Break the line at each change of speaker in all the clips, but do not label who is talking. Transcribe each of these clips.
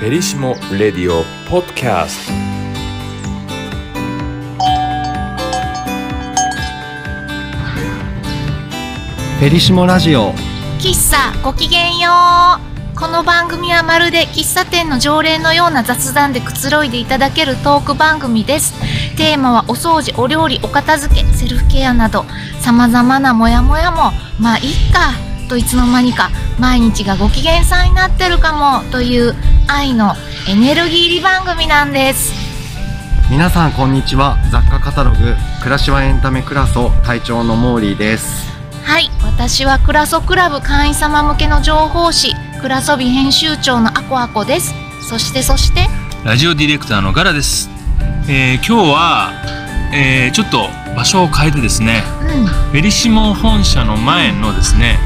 フェリシモ・レディオ・ポッドキャスト
フェリシモラジオ
喫茶ごきげんようこの番組はまるで喫茶店の常連のような雑談でくつろいでいただけるトーク番組ですテーマはお掃除お料理お片付けセルフケアなどさまざまなモヤモヤもまあいっかといつの間にか毎日がご機嫌さんになってるかもという愛のエネルギー入り番組なんです
皆さんこんにちは雑貨カタログ暮らしはエンタメクラソ隊長のモーリーです
はい私はクラソクラブ会員様向けの情報誌クラソビ編集長のアコアコですそしてそして
ラジオディレクターのガラです、えー今日は、えーちょっと場所を変えてですね
うん
フェリシモ本社の前のですね、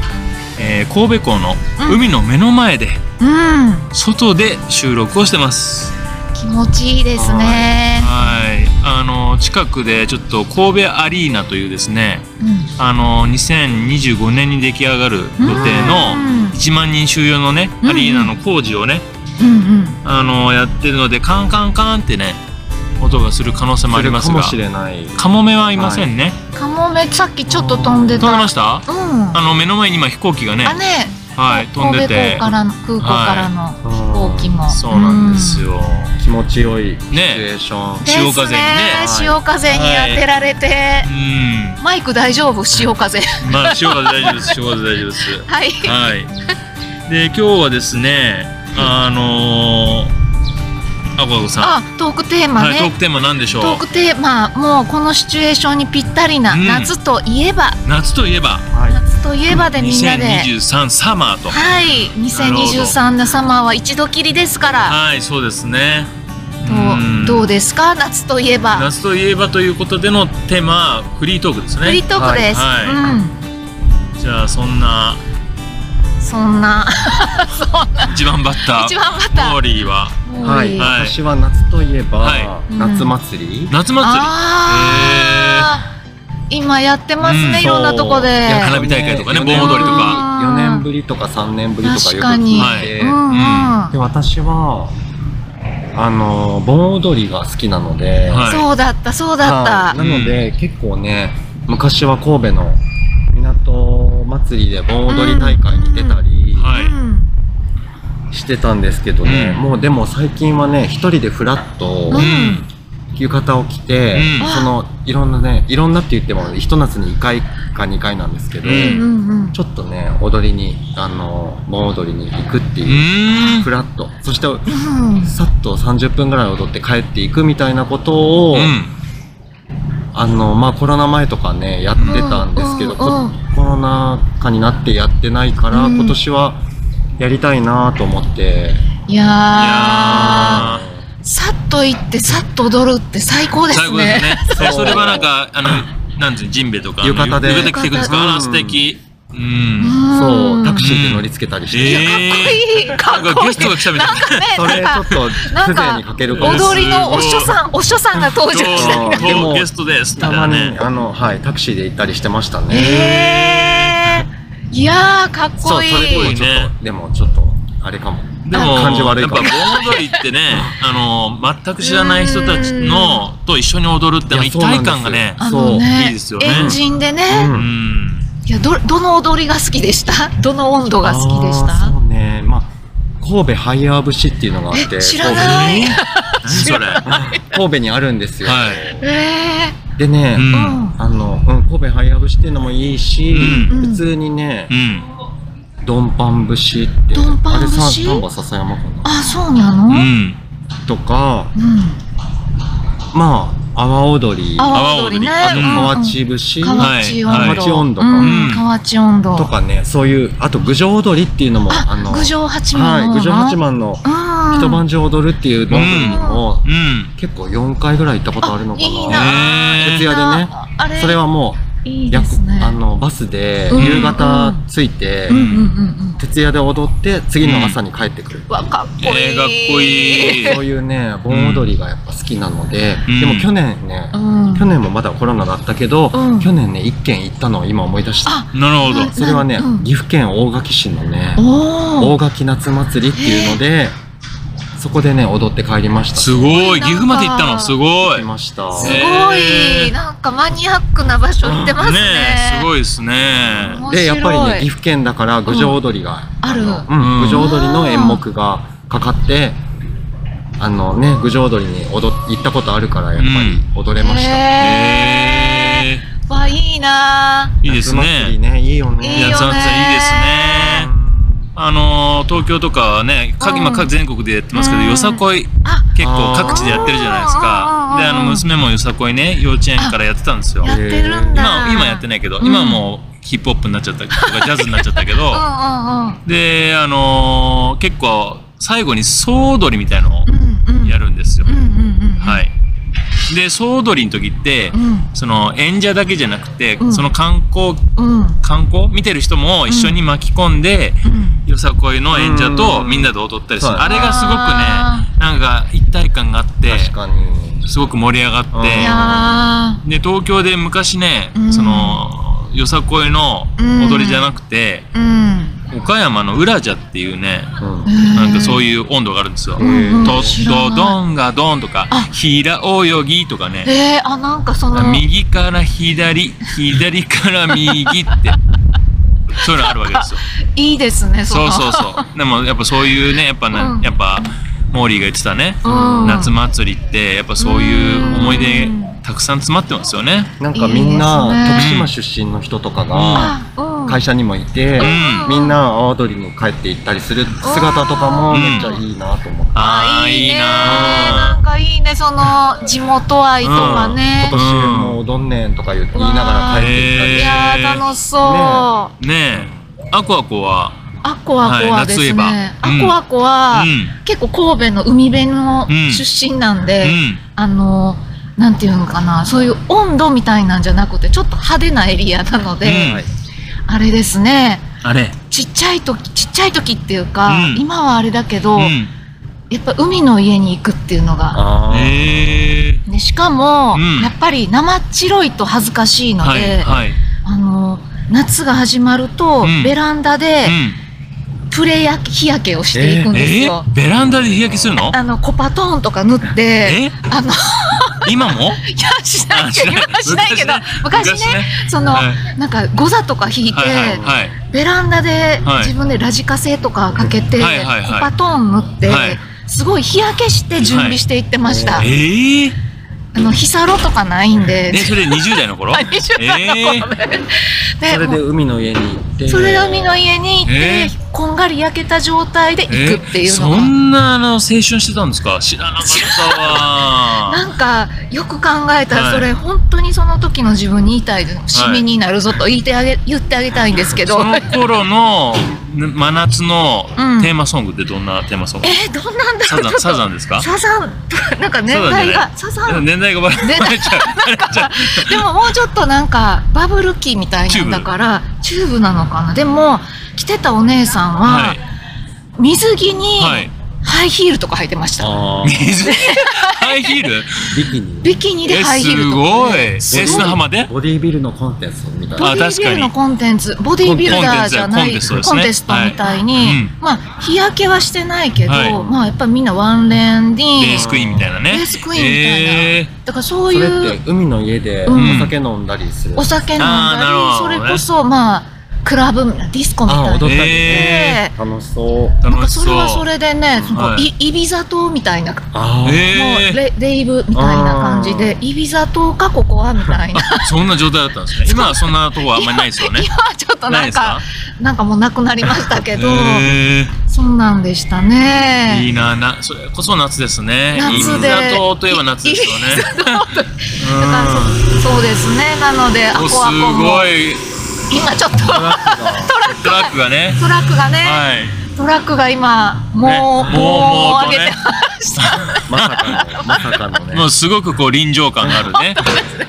えー神戸港の
うん
海の目の前で
うん、
外で収録をしてます
気持ちいいですね。
はいあの近くでちょっと神戸アリーナというですね
うん
あの2025年に出来上がる予定
う
の
ん
1万人収容のね
うん
アリーナの工事をね
うんうん、
あのやってるのでカンカンカンってね音がする可能性もあります
かも
が
しれない
カモメはいませんね。
カモメさっきちょっと飛ん
飛
で
んで
た。
ました？
うん、
あ
あ
の目の前に今飛行機がね、
ね、
はい飛んで
神戸
て
港、からの空港からの飛行機も、
そうなんですよ。
気持ちよいシチュエーション、
うん。
潮風にね
ですね潮風に当てられて、
うん、
マイク大丈夫？潮風。
まあ潮風大丈夫で す、潮風大丈夫です。
はい。
はい。で今日はですね、あのー、あこあこさん、
あ、トークテーマ
はいトー
ね。
クテーマなんでしょう
ト。ークテーマもうこのシチュエーションにぴったりな、
うん
夏といえば
夏といえば、
はい
夏といえばでみんなで
2023サマーと。
はい2023のサマーは一度きりですから
はい、そうですね。ん
とどうですか夏といえば
夏といえばということでのテーマフリートークです
フリ
ね
ートークです、
はいはじゃあそんな
うんそんなそんな
一番バッター
一番また
モーリーは
はい、
あ
はい
私は夏といえば、
はい
夏祭り、
夏祭り
あー今やってますね、
うん
いろんなとこで
や花火大会とかね
四年
盆踊りとか
4年ぶりとか3年ぶりとかよく
確かに
聞いて、
うんうん、
で私はあの盆踊りが好きなので、
はい
そうだったそうだった、、
はいなので、結構ね昔は神戸の港祭りで盆踊り大会に出たり
はいう
ん
してたんですけどね、
うん
もうでも最近はね一人でフラッと
うん
浴衣を着て、
うん
そのいろんなねいろんなって言ってもひと夏に1回か2回なんですけど、
う
う
ん
んうんうん
ちょっとね踊りにあの盆踊りに行くって
う
いう、
ーん
フラッとそして
うん
さっと30分ぐらい踊って帰っていくみたいなことを、
うん
あのまあコロナ前とかねやってたんですけど、
うん
こ
うん
コロナ禍になってやってないから、
うん
今年はやりたいなと思って、
いやー
や
さっと行ってさっと踊るって最高です
最後で
ね
すね
そう
えそれはなんかあのなんていうのジンベエとかあの
浴衣で
浴衣着てくんですかあ
う
ら
ん
素敵う
うんん
そうタクシーで乗り付けたりして、
い
え
やかっこいい、か
な
っ
ん
こ
か
いい
ゲストが来たみたいな
それ
ね
ち
な
ょ
ん
っと
かな
風情
んか
に欠けるかもしれない
踊りのお師匠さんお師匠さんが登場した
そう
今日
でも
今日ゲストですみた
た
い
ま
な
に、
ね
あのはいタクシーで行ったりしてましたね、
えー、いやーかっ
そ
こ
う
い
それで
い
もちょっと、でもちょっとあれかも
でも
感じ悪い
やっ
か
ぱ
も
盆踊りってねあの全く知らない人たちのと一緒に踊るってあの一体感がね
あ
そう
のね
いいですよね
エンジンでね、
うん
うん
いやどどの踊りが好きでしたどの温度が好きでし
あー
た
そうねまあ神戸ハイアー節っていうのがあって
え知らない
えー何それは
神戸にあるんですよ、
い
え
でね、
ー、う
うん
ん
あの、うん、神戸ハイアー節っていうのもいいし、
うん
普通にね
う、ん
ドンパン節って
ドンパ
あ
ン節
れさ丹波篠山かな
あそうなの、う
うんん
とかまあ阿波踊り
阿
あ
波踊りね
阿波踊りあと
と河
うん
内節、
うん河内温
はい
河内温度
度、
か
うん、河内温度
とかねそういうあと郡上踊りっていうのも
あ
の
郡上八
はい
幡
郡上八幡の
うん
一晩中踊るっていう盆踊りにも、
うん
結構4回ぐらい行ったことあるのかな
あいい
え
な
徹夜でね
ああれ
それはも
いうい
や
ですね
あのバスで
うん
夕方着いて、
うんうんうんうん
徹夜で踊って次の朝に帰ってくる、
わかっ
え
こいい、
ーかっこいい
そういうね盆踊りがやっぱ好きなので、
うん
でも去年ね、
うん
去年もまだコロナだったけど、
うん
去年ね1軒行ったのを今思い出した
あ
なるほど
あ
それはね、
うん
岐阜県大垣市のね
おお
大垣夏祭りっていうのでそこでね踊って帰りました
すご
すごい
い
な
岐阜まで行ったのすごい
行きました
す
え
ご
へ
い
ー
なんかマニアックな場所行ってますね。
えすごいですね
面白い
でやっぱりね岐阜県だから郡上踊りが、
ある。
う
うんん
郡上踊りの演目がかかってあのね郡上踊りに踊っ行ったことあるからやっぱり踊れました、
へ
へ
え
ー。わいいなぁ。
いいです
夏祭り
ね
ねいいよ
いいよ
ね
や
ね
つはつはいいですねあのー東京とかはね、か
うん
今か全国でやってますけど、
うん
よさこい
あ
結構各地でやってるじゃないです
あー
か。で、あの娘もよさこいね、幼稚園からやってたんですよ。
やってるんだ。
今今やってないけど、
うん
今はもうヒップホップになっちゃったりと かジャズになっちゃったけど、
う
で、あのー結構最後に総踊りみたいのを
んうんうん。うんうん。
やるんですよ
う。んうんうん。。
はいい。で、総踊りの時って
う、ん
その演者だけじゃなくて、
うん
その観光
うんうん。
観光見てる人も一緒に巻き込んで、よさこいの演者とみんなで踊ったりする、
うん
あれがすごく
あ
ねなんか一体感があって
確かに
すごく盛り上がって
い
うん
や
で東京で昔ね、
うん
そのよさこいの踊りじゃなくて、
ーうん。
岡山の裏じゃっていうね
うん
なんかそう
いう。
いう温度があるんですよ。
んうん
とっと
どん。
どんがどんとか
あ
平泳ぎとかね
えー、あ、なんかその。
右から左左から右って そういうのあるわけですよ。
いいですね、
そう
の
そうそう。でもやっぱそういうね、やっぱね、
うん
やっぱモーリーが言ってたね、
うん
夏祭りってやっぱそういう思い出
うん
たくさん詰まってますよね。
なんかみんない
い
徳
ですね
島出身の人とかが
あうん
会社にもいて、
うん
みんな阿波踊りに帰って行ったりする姿とかも
うん
めっちゃいいなと思って、
ああいい
ね
な
なんかいいね、その地元愛とかね。
今年もうどんねんとか言う言いながら帰って行ったり
うん
いやー、楽しそう。
ね
あ
ぁ。ねえ、アコアコは、
こあこはです
はい
ね。
夏
あ
いえ
こ
ば
あこは
う、ん
結構神戸の海辺の出身なんで、
うん
あの、なんていうのかな、そういう温度みたいなんじゃなくて、ちょっと派手なエリアなので、
うん
はい
あれですね、
あれ、
ちっちゃい時、ちっちゃい時っていうか、
うん
今はあれだけど、
うん、
やっぱ海の家に行くっていうのが、
あー
ええ、
でしかも、
うん
やっぱり生っ白いと恥ずかしいので、
はいはい、
あの夏が始まると、
うん
ベランダで
う
プレ焼き日焼けをしていくん
ん、
です
え
よ。
ー、ベランダで日焼けするの？
あのコパトーンとか塗って
え、
あのい
今も？
やしないけど今はしないけど昔
昔
ねその、
はい
なんかゴザとか引いて、
はいはいはい
ベランダで
はい
自分でラジカセとかかけて、
はいはいはい
コパトーン塗って、
はい
すごい日焼けして準備していってました。
はい
ええ
あの日サロとかないんで
え、それ20代の 頃
20代の頃ね。で
それで海の家に行って
それで海の家に行って、
え
こんがり焼けた状態で行
え
くっていうの
そ
が、
んなあの青春してたんですか知らなかったわ
なんかよく考えた
は
ら
い
それ、本当にその時の自分に言いたい締めになるぞと言ってあげ言ってあげたいんですけど、
その頃のね真夏の
うん
テーマソングってどんなテーマソング、
えー、どんなんだ
サ
ろう
ザン
ちょっと
サザンですか
サザンなんか年代がサザン
年代がバレ
年代
バレちゃうバレちゃう
でももうちょっとなんかバブル期みたいなんだからチューブなのかなでも着てたお姉さん
は
はい水着に
はい
ハイヒールとか履いてました、
あー
水着ハイヒール
ビキニ
ビキニで
え
ハイヒール
す
とか
ご
ね、
いえ
ごい
砂浜で
ボディービルのコンテンツみたい
ボ
な
あ
ディービルのコンテンツ、ボディービルダーじゃない
コンテンツだコンテンツですね
コンテストみたいに、
はいうん
まあ日焼けはしてないけど、
はい
まあやっぱみんなワンレンに
レースクイーンみたいなね
レースクイーンみたいな
え
だからそ
そ
うい
れっ
う
て海の家で
うん
お酒飲んだりする、
お酒飲んだり、
あ
そ
ーなるほどね
れこそまあクラブディスコみたい
あ踊
な
っ。
え
で
楽しそう
ー
なん
楽
か
しそ
そうれはそれでね、その
はい
い、イビザ島みたいな、も
あー
えー
うレレイブみたいな感じで、イビザ島かここはみた いな。
そんな状態だったんですね。今はそんなとこはあんまりないですよね。
今はちょっと
ない
な
で
ん
すか
か、なんかもうなくなりましたけど、
へ
そんなんでした
ー
ね。
いいな、な、それこそ夏ですね。
夏で
イビザ島といえば夏ですよね。
だからそそうですねなのでア
うんおす
コアコも
ごい
今ちょっとトラ
トラックがね。
ックがね、
はい。
トラックが今もう、
ね
も
も
う
う
上
と
げ
ね
てました、
まさかのまさかのね
もうすごくこう臨場感があるね。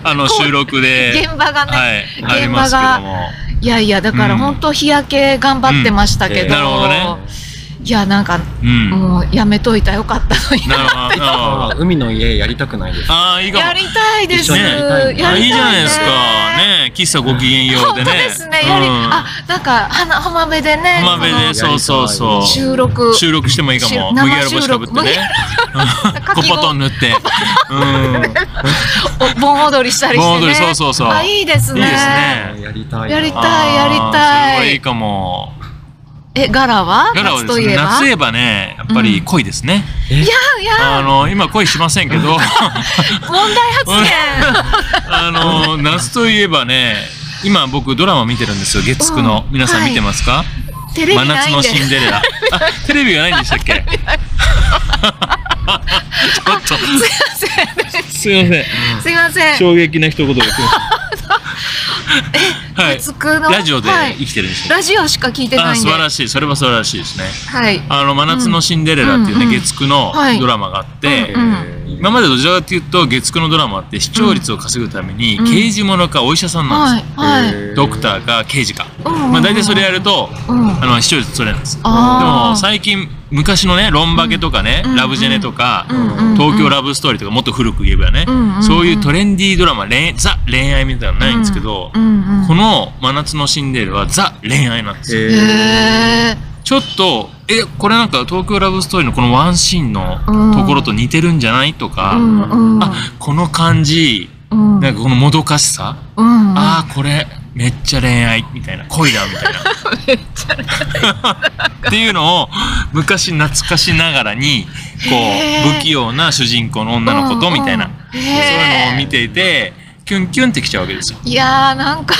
あの収録で。
現場がね、
はい。
現場が
ありますけども。
い、やいやだから
うん
本当日焼け頑張ってましたけど、
うん
なるほどね
いやなんか
うん。なる
もうやめといたらよかったのに
ほど。
あ
あ
ー海の家やりたくないです。
あー、いいかも
や。りたいです
一緒にやりたいね
あいいじゃないですか。
ね
ね喫茶ごきげんよう
本
で
当
ね。
ですねやり
うん
あなんか花浜辺でね
浜辺で、
す
そうそうそ
こ
う
の。収録
収録してもいいかも。
し
麦わら帽子かぶって
生収録
ね。
か
コ
き
ポトン塗って。うん。
お盆踊りしたりし
盆
てね
踊りそうそうそう
あいいですね
いいですね
あーやりたい。
やりたい
あー
やりたい
それはいいかも。
えガラは
ガラはで
夏と
す
い
ね、
えば
夏といえばね、やっぱり恋ですね。
いやいや
あの、今恋しませんけ ど、
問題発言
あの、夏といえばね、今僕ドラマ見てるんですよ、月9の
う。ん
皆さん見てますか
テレビ
真
な
夏
いん
の
で
シンデレ ラ。あ、テレビがないんでしたっけちょっと、すいません。
すいません
衝撃な一言が来ました。はい。
月九の
ラジオで
はい
生きてるんですよ。
ラジオしか聞いて
あ
ないん
素
で
晴らしい。それは素晴らしいですね。
はい
あの、真夏のシンデレラっていう
うん
ね、
うんうん
月9の
はい
ドラマがあって、
うんうん
今までどちらかというと月9のドラマって視聴率を稼ぐために、
うん
刑事ものかお医者さんなん
は
で
い
すよ、
はい
ドクターか刑事か、
うん
まあ、大体それやると、
うん
あの視聴率取れないんですで
あー
も最近昔のね「ロンバケ」とかね、
うん
ラブジェネ」とか、
うんうんうん
東京ラブストーリー」とかもっと古く言えばね、
うんうんうん
そういうトレンディードラマ恋ザ恋愛みたいなのないんですけど、
うんうん
この「真夏のシンデレラ」はザ恋愛なんですよ、
え
へー
ちょっとえこれなんか東京ラブストーリーのこのワンシーンのところと似てるんじゃないとか、
うんうん
あこの感じ
うん
なんかこのもどかしさ、
うん
ああこれめっちゃ恋愛みたいな恋だみ たいなっていうのを昔懐かしながらにこ
へ
う
ー
不器用な主人公の女の子とみたいな、
うんうん
そういうのを
へ
見ていてキュンキュンってきちゃうわけですよ。
ーいやーなんか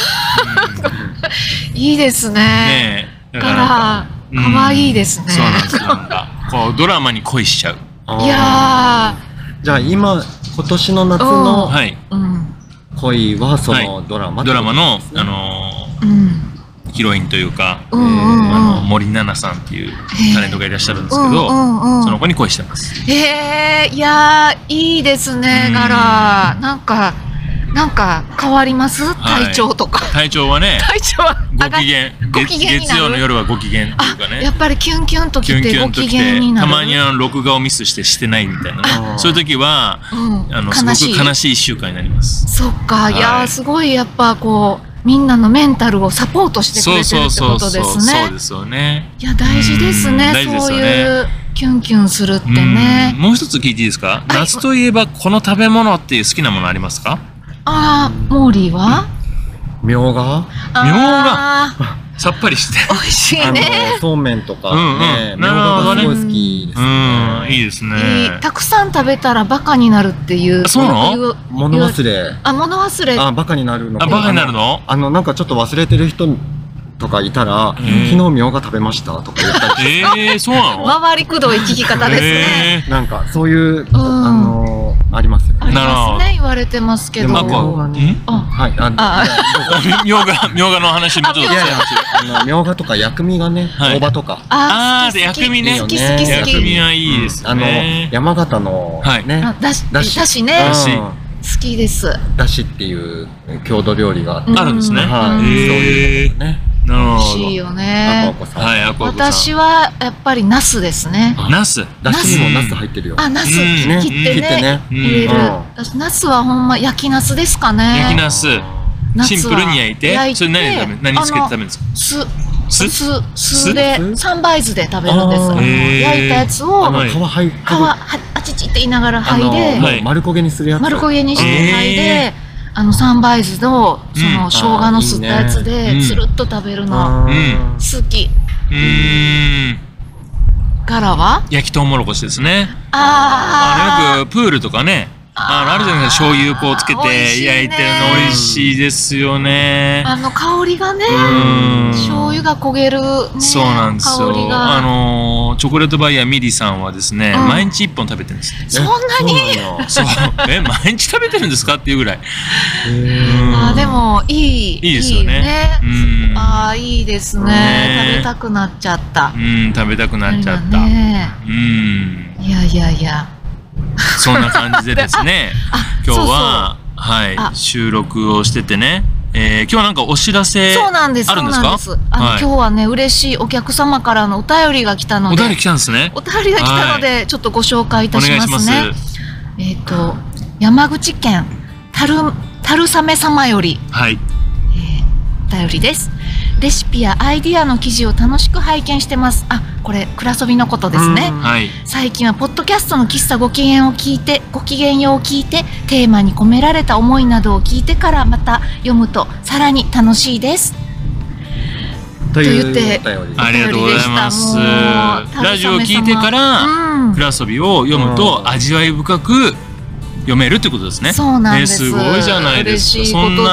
いいですね
ねえだ
だ
か
から
なんう
ら
ん
可愛いですね
そうなんですよなんかこうドラマに恋しちゃう。
ー
いや
じゃあ今今年の夏の
はい、
ーうん
恋はそ
は
のドラマって
ド
こ
ラマ
と
の、あの
うん
ーヒロインというか、
うんうんうん
あの森七菜さんっていうタレントがいらっしゃるんですけど、
うんうんうん
その子に恋してます。
へえいやーいいですね
うん
ガラなんかなんか変わります
はい
体調とか
体調はね、
体調は
ご機嫌
ご
月
機嫌になる
月曜の夜はご機嫌っていうか
あや
ね
っぱりキュンキュンと
キ
き
ュンキ
て
ュ
ご
ンと
機
き
嫌
て
にな
た
る
まにあの録画をミスしてしてないみたいな
あ
ね
ー
そういう時は
うん
あのす
悲しい
ごく悲しい一週間になります
そっか、
はい
い、やーすごいやっぱこうみんなのメンタルをサポートしてく
そ
れ
う
てる
そう
っ
そ
てこ
う
とで
そう
す
そう
ね
ですよね
いや大事です
うん
ね
大事です
そう
よね
いうキュンキュンするって
うん
ね
もう一つ聞いていいですか
い
夏といえばこの食べ物っていう好きなものありますか
あーモーリーは
みょうが
あー
さっぱりして
美味しい
あの
ね
そうめんとか
うんうん
ねみょう
なる
が
ほど
が
ね
すごい好きです
う
ね
んいいです
い
ね
いたくさん食べたらバカになるっていう
あそうなの
よく言う
物忘れ
あ物忘れ
あバカになるの
あバカになるの
あのなんかちょっと忘れてる人とかいたら「昨
ん
日みょうが食べました」とか言ったり
えー、そうなの
回りくどい聞き方ですね、
えー
なんかそういうあのありますよ
あり
ね
ますね言われてますけ
で
ど
も
なんか、
うん
ん
あ
はいあ
あ
いや
みょうが、みょうがの話もうちょっ
い
と。
やいやあのみょうがとか薬味がね
はい
大葉とか
あーで
好き好き
薬味ね
好き
い
好
い
き
よね
好
薬味
き
はいいです
あの
ね。
山形の
はい
ね
あだし
だ
だ
し
し
だ
ね
し
う
好きです
んだしっていう郷土料理があって
うん
あるんですね。
はい
うん
そう
え
ね
ー、なる
美味
ほ
しいよね
赤子さん。
はい、あこうこさん。
私はやっぱりナスですね
ナス。
だしにもナス入ってるよ。
あナス
うん
ね、
切って
切って
ね
ね。
うん
入れる
うん
私ナスはほんま焼きナスですか
焼き
ね
ナス。
ナス
シ
は
ンプルに焼いて、
焼いて
それ何で食べ何つけて食べるんですか
す
酢
す酢で
酢
三杯酢で食べるんです
あー
あの
へー
焼いたやつを
あの
はい
皮入ってる
皮はあちちって言いながら
あ
剥
の、
いで、
も
はいう
丸焦げにするやつ。
丸焦げにして剥いで、
え
あの三杯酢とそ
うん
の生姜の吸ったや
あ
つ
ーいいね
でつるっと食べる
う
あー
の
ん
好き。
うーん。
柄は？
焼きとうもろこしですね。あ
あ
の、よくプールとかね。あの、あるじゃないですか。醤油こうつけ
美味していね
焼いてるの美味しいですよね
あ。あの香りがね、
うん
醤油が焦げる、ね、
そうなんですよ
香り。が
あのー、チョコレートバイヤーミリさんはですね、
うん
毎日一本食べてる んですって。
そんなに。
そう なのよ
そう。え、毎日食べてるんですかっていうぐらい。うん
あーでもいい
いいですよねうん
あーいいですね
ね
食べたくなっちゃった。
うん、食べたくなっちゃった。
あれがね
うん、
いやいやいや。
そんな感じでですね、
あ
今日
そうそう
は、はい、
あ
収録をしててね、えー今日はなんかお知らせ
そうなんです。
あるんです
そうなん
か
です。あの、
はい
今日はね、嬉しいお客様からのお便りが来たの
お
で、
便り来たんですね
お便りが来たので、ちょっとご紹介い
お
たし
願い
ま
しますす
ね。えっ、と、山口県、たる、たるさめ様より、
はい
えー、お便りです。レシピやアイディアの記事を楽しく拝見してます。あ、これ、クラソビのことですね。
うん
はい
最近はポッドキャストの喫茶ご機嫌を聞いてご機嫌ようを聞いてテーマに込められた思いなどを聞いてからまた読むとさらに楽しいです
という
と言
お
って
便り
ありがとうございます
お便りでしたもう
ラジオを聞いてから
うん
クラソビを読む
う
と
ん
味わい深く読めるってことですね
そうなんです、
ねすごいじゃないですか
嬉しいこと
そん
ですね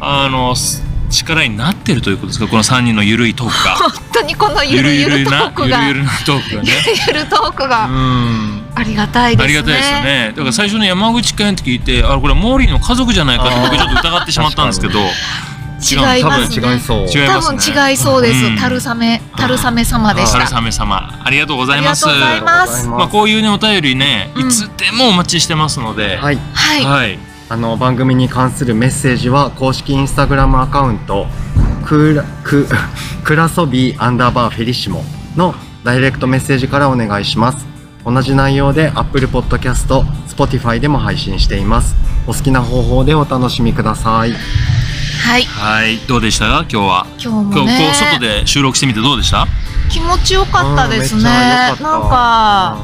あのす力になってるということですかこの3人のゆるいトークが
本当にこの ゆるゆるトー
な
ク
ゆる
が
ゆ
ゆる
るなトークがね
ゆるトーク
う
が
ん
ありがたいですね
ありがたいですよね。だから最初の山口県って聞いて、あ、これはモーリーの家族じゃないかって僕ちょっと疑ってしまったんですけど、
違い
多
ますね
分違いそう
違い
多
ますね。
分違いそうです、
うん
たるさめたるさめ様でし
春
た
雨様、ありがとうございます。
ありがとうございます
まあこういうねお便りね、
うん
いつでもお待ちしてますので、
はい
はい、
はい、
あの番組に関するメッセージは公式インスタグラムアカウントクラ ククラソビーアンダーバーフェリシモのダイレクトメッセージからお願いします同じ内容で Apple Podcast、Spotify でも配信していますお好きな方法でお楽しみください
はい、
はい、どうでしたか今日は。
今日
今日
もね
こう外で収録してみてどうでした？
気持ちよかったですね。
うんめっちゃ
なん
良かった
か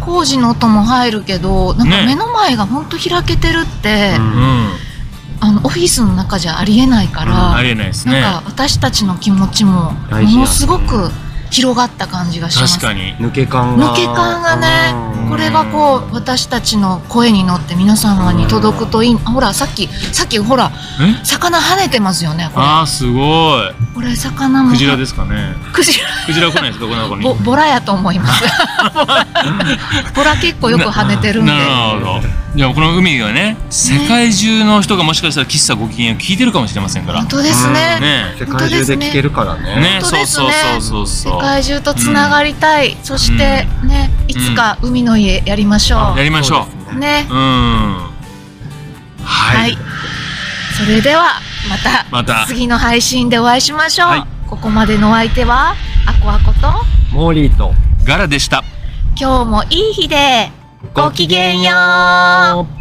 工事の音も入るけど、なんか
ね
目の前が本当開けてるって、
う
う
んん、
あのオフィスの中じゃありえないか
あ
ら、
りえないですね。
なんか私たちの気持ちもも
大事やね
のすごく広がった感じがします。
確かに。
抜け感が
抜け感がね
うん
これがこう私たちの声に乗って皆様に届くといい。あほらさっきさっきほら
え？
魚跳ねてますよね。これ
あーすごい。
これ魚も
クジラですかね。
クジラ
クジラ来ないですかこの子に
ぼ。ボラやと思い ます。ボラ結構よく跳ねてるんで。
なるほど。じゃあこの海がね、世界中の人がもしかしたら喫茶ご機嫌を聞いてるかもしれませんから。
本当ですね。
ね
世界中で聞けるからね
え。ね
本当
そう
です
そう
ね
そうそうそう
世。界中とつながりたい。そしてね、いつか海の家やりましょ
やりましょ
そうです
う。
ね
ね
う。う。ん。は
はいい。。それではまた
また。
次の配信でお会いしましょう
はい。
ここまでのお相手はアコアコと
モーリーと
ガラでした。
今日もいい日でごきげんよう。
う